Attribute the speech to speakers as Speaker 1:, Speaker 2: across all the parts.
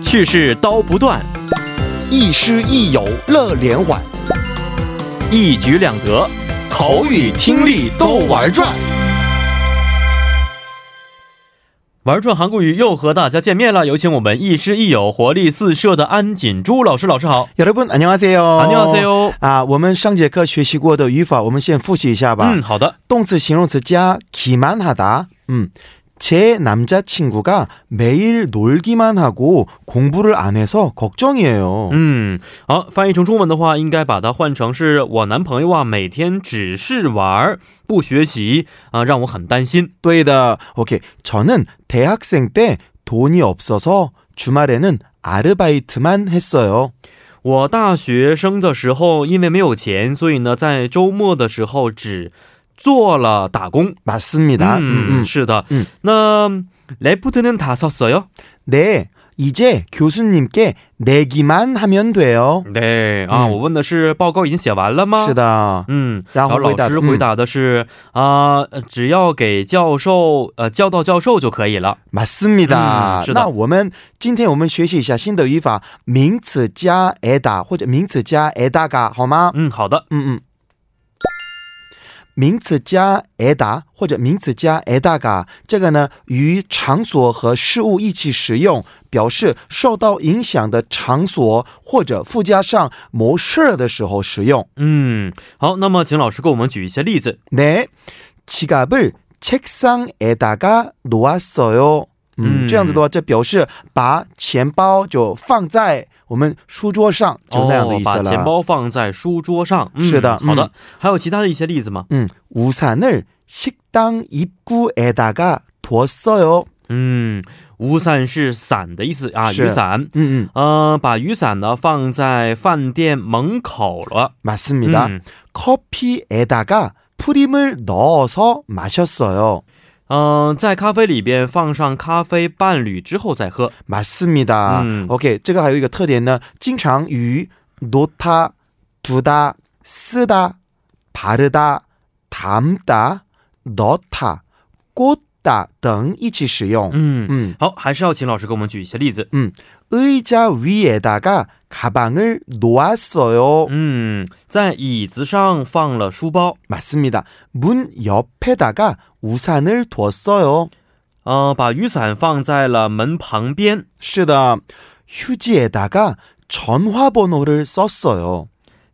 Speaker 1: 去世刀不断，
Speaker 2: 亦师亦友乐连环，
Speaker 1: 一举两得。
Speaker 2: 口语听力都玩转。
Speaker 1: 玩转韩国语又和大家见面了，有请我们亦师亦友、活力四射的安锦珠老师。老师好，
Speaker 2: 여러분 안녕하세요.
Speaker 1: 안녕하세요
Speaker 2: 啊，我们上节课学习过的语法，我们先复习一下吧。
Speaker 1: 嗯，好的，
Speaker 2: 动词、形容词加기만하다。 음, 제 남자친구가 매일 놀기만 하고 공부를 안 해서 걱정이에요.
Speaker 1: 嗯，好，翻译成中文的话，应该把它换成是我男朋友啊，每天只是玩儿不学习啊，让我很担心。
Speaker 2: 또이다. 오케이. 저는 대학생 때 돈이 없어서 주말에는 아르바이트만 했어요.
Speaker 1: 我大学生的时候，因为没有钱，所以呢，在周末的时候只做了打工。嗯
Speaker 2: 맞습니다. 음, 음.
Speaker 1: 是的。
Speaker 2: 음.
Speaker 1: 那레프트는다썼어요
Speaker 2: 네. 이제 교수님께 내기만 하면
Speaker 1: 음.
Speaker 2: 돼요.
Speaker 1: 对啊，
Speaker 2: 嗯
Speaker 1: 我问的是报告已经写完了吗？。
Speaker 2: 是的.
Speaker 1: 嗯，
Speaker 2: 然后
Speaker 1: 后
Speaker 2: 回答
Speaker 1: 老师
Speaker 2: 嗯
Speaker 1: 回答的是啊、呃只要给教授呃教到教授就可以了。
Speaker 2: 맞습니다.
Speaker 1: 嗯，是的。
Speaker 2: 那我们今天我们学习一下新的语法，名词加 eda 或者名词加 음, edaga 好吗？
Speaker 1: 嗯，好的，
Speaker 2: 嗯嗯。名词加 eda 或者名词加 edaga，这个呢与场所和事物一起使用，表示受到影响的场所或者附加上某事儿的时候使用。
Speaker 1: 嗯，好，那么请老师给我们举一些例子。
Speaker 2: 네, 지갑을 책상에다가 놓았어요. 음,
Speaker 1: 음. 哦，把钱
Speaker 2: 这样子的话，就表示把钱包就放在我们书桌上，就那样的意思了。
Speaker 1: 包放在书桌上。嗯、
Speaker 2: 是的，
Speaker 1: 好的、还有其他的一些例子吗？
Speaker 2: 음, 우산을 식당 입구에다가 뒀어요.
Speaker 1: 嗯，우산是伞的意思啊，
Speaker 2: 是
Speaker 1: 雨伞。
Speaker 2: 음, 음,
Speaker 1: 呃，把雨伞呢放在饭店门口了。
Speaker 2: 맞습니다.
Speaker 1: 嗯
Speaker 2: 커피에다가 프림을 넣어서 마셨어요.
Speaker 1: 嗯、在咖啡里边放上咖啡伴侣之后再喝。
Speaker 2: 맞습니다.
Speaker 1: 음.
Speaker 2: 오케이. 这个还有一个特点呢，经常与 놓다, 두다, 쓰다, 바르다, 담다, 넣다, 꽂다 等一起使用。
Speaker 1: 嗯，
Speaker 2: 음.
Speaker 1: 好，还是要请老师给我们举一些例子。
Speaker 2: 의자 위에다가 가방을 놓았어요.
Speaker 1: 嗯，在椅子上放了书包，
Speaker 2: 맞습니다. 문 옆에다가 우산을 뒀어요.
Speaker 1: 呃，把雨伞放在了门旁边，
Speaker 2: 쓰다. 휴지에다가 전화번호를 썼어요.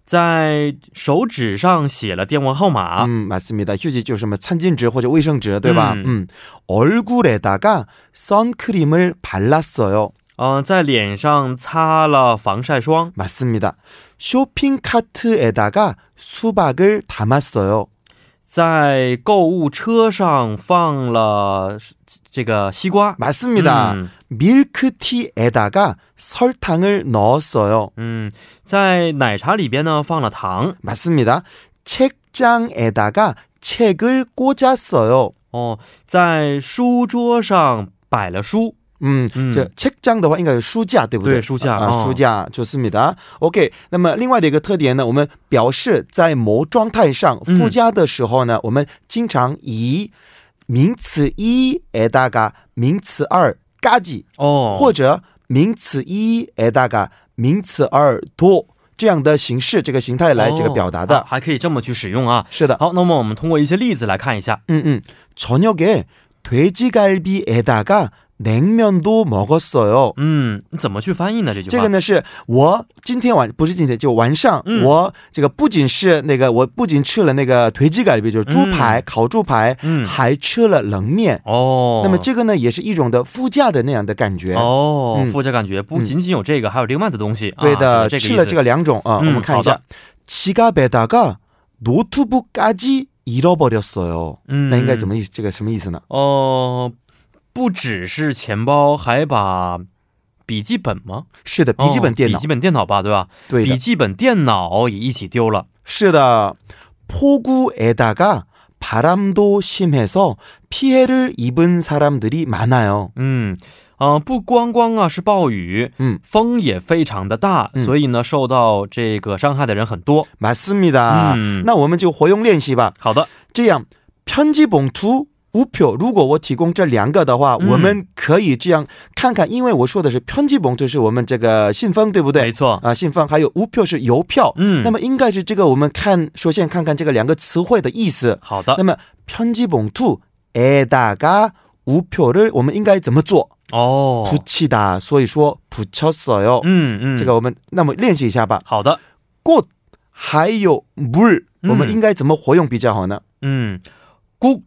Speaker 1: 在手指上写了电话号码。
Speaker 2: 음, 맞습니다. 휴지 就是什么餐巾纸或者卫生纸，对吧？
Speaker 1: 아. 음.
Speaker 2: 음. 얼굴에다가 선크림을 발랐어요.
Speaker 1: 嗯、在脸上擦了防晒霜，
Speaker 2: 맞습니다. 쇼핑 카트에다가 수박을 담았어요.
Speaker 1: 在购物车上放了这个西瓜。
Speaker 2: 맞습니다.
Speaker 1: 嗯
Speaker 2: 밀크티에다가 설탕을 넣었어요.
Speaker 1: 嗯，在奶茶里边呢放了糖
Speaker 2: 맞습니다. 책장에다가 책을 꽂았어요.
Speaker 1: 哦，在书桌上摆了书。
Speaker 2: 음,
Speaker 1: 음.
Speaker 2: 저嗯 책장 的话应该是书架对不对
Speaker 1: 嗯对书架
Speaker 2: 啊
Speaker 1: 哦
Speaker 2: 书架좋습니다 OK 那么另外的一个特点呢我们表示在某状态上
Speaker 1: 嗯
Speaker 2: 附加的时候呢、我们经常以名词一에다가名词二嘎叽、
Speaker 1: 哦，
Speaker 2: 或者名词一에다가名词二多这样的形式这个形态来这个表达
Speaker 1: 哦
Speaker 2: 的、
Speaker 1: 啊还可以这么去使用啊。
Speaker 2: 是的
Speaker 1: 好，那么我们通过一些例子来看一下。
Speaker 2: 응응 저녁에 돼지갈비에다가 냉면도 먹었어요
Speaker 1: 嗯，你怎么去翻译呢？这句
Speaker 2: 这
Speaker 1: 话？
Speaker 2: 个呢，是我今天晚不是今天，就晚上、
Speaker 1: 嗯
Speaker 2: 我这个不仅是那个，我不仅吃了那个腿鸡改，比就是猪排、烤猪排，
Speaker 1: 嗯，
Speaker 2: 还吃了冷面。
Speaker 1: 哦，
Speaker 2: 那么这个呢，也是一种的附加的那样的感觉。
Speaker 1: 哦
Speaker 2: 嗯，
Speaker 1: 附加感觉不仅仅有这个，还有另外的东西。
Speaker 2: 对的、
Speaker 1: 啊、就是
Speaker 2: 吃
Speaker 1: 这个意
Speaker 2: 了
Speaker 1: 思
Speaker 2: 这个两种啊、
Speaker 1: 嗯
Speaker 2: 我们看一
Speaker 1: 好
Speaker 2: 下，지갑에다가노트북까지잃어버렸어요。
Speaker 1: 嗯，
Speaker 2: 那应该怎么意思？这个什么意思呢？
Speaker 1: 哦，不只是钱包，还把笔记本吗？
Speaker 2: 是的，笔记本
Speaker 1: 哦
Speaker 2: 电脑，
Speaker 1: 笔记本电脑吧，对吧？
Speaker 2: 对的
Speaker 1: 笔，记本电脑也一起丢了。
Speaker 2: 是的，폭우에다가 바람도 심해서 피해를 입은 사람들이 많아요.
Speaker 1: 嗯，呃，不光光啊是暴雨，
Speaker 2: 嗯
Speaker 1: 风也非常的大，
Speaker 2: 嗯
Speaker 1: 所以呢受到这个伤害的人很多。
Speaker 2: 맞습니다.
Speaker 1: 음.
Speaker 2: 那我们就活用练习吧。
Speaker 1: 好的，
Speaker 2: 这样，편지 봉투 无표如果我提供这两个的话，
Speaker 1: 嗯
Speaker 2: 我们可以这样看看，因为我说的是편지봉，就是我们这个信封，对不对
Speaker 1: 没？错，
Speaker 2: 啊，信封还有无票是邮票。
Speaker 1: 嗯，
Speaker 2: 那么应该是这个，我们看首先看看这个两个词汇的意思。
Speaker 1: 好的
Speaker 2: 那么편지봉투에다가우표를我们应该怎么做？
Speaker 1: 哦，
Speaker 2: 붙이다，所以说붙였어요。
Speaker 1: 嗯嗯，
Speaker 2: 这个我们那么练习一下吧。
Speaker 1: 好的，
Speaker 2: 뭐 꽃还有물， 뭐
Speaker 1: 嗯
Speaker 2: 我们应该怎么活用比较好呢？
Speaker 1: 嗯，국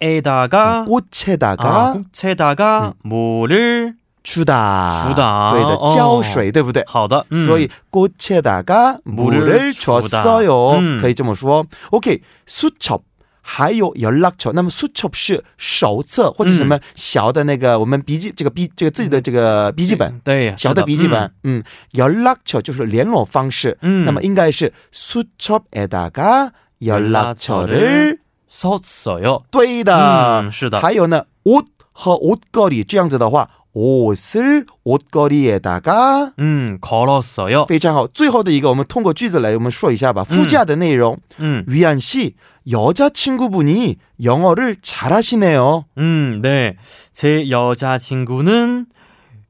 Speaker 1: 에다가啊，
Speaker 2: 꽃에다가 嗯
Speaker 1: 국채에다가 물을
Speaker 2: 주다， 네,
Speaker 1: 주다
Speaker 2: 对的，浇水，对不对？
Speaker 1: 好的，嗯
Speaker 2: 所以꽃에다가
Speaker 1: 물을
Speaker 2: 음. 물을 음.
Speaker 1: 주다
Speaker 2: 줬어요.
Speaker 1: 嗯
Speaker 2: 可以这么说。OK，수첩还有연락처，那么수첩是手册或者什么小的那个我们笔记这个笔这个自己的这个笔记本，
Speaker 1: 对
Speaker 2: 小的笔记本，。嗯， 음. 연락처就是联络方式，
Speaker 1: 嗯，
Speaker 2: 那么应该是수첩에다가연락처를 음.
Speaker 1: 썼어요，
Speaker 2: 对的，
Speaker 1: 嗯，是的，
Speaker 2: 啊还有呢，옷和옷걸이这样子的话，옷을옷걸이에다가
Speaker 1: 嗯，걸었어요，
Speaker 2: 非常好。最后的一个，我们通过句子来我们说一下吧。副驾的内容，
Speaker 1: 嗯
Speaker 2: 위안 씨여자친구분이영어를잘하시네요。
Speaker 1: 嗯，对，제여자친구는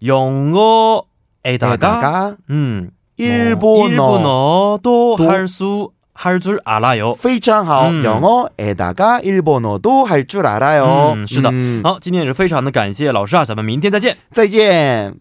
Speaker 1: 영어에다가 음,
Speaker 2: 일본어
Speaker 1: 일본어도
Speaker 2: 또-
Speaker 1: 할수 할 줄 알아요.
Speaker 2: 非常好，
Speaker 1: 嗯
Speaker 2: 영어에다가일본어도할 줄알아요。
Speaker 1: 嗯是的 어。
Speaker 2: 嗯
Speaker 1: 好，今天也是非常的感谢老师啊，咱们明天再见。
Speaker 2: 再见。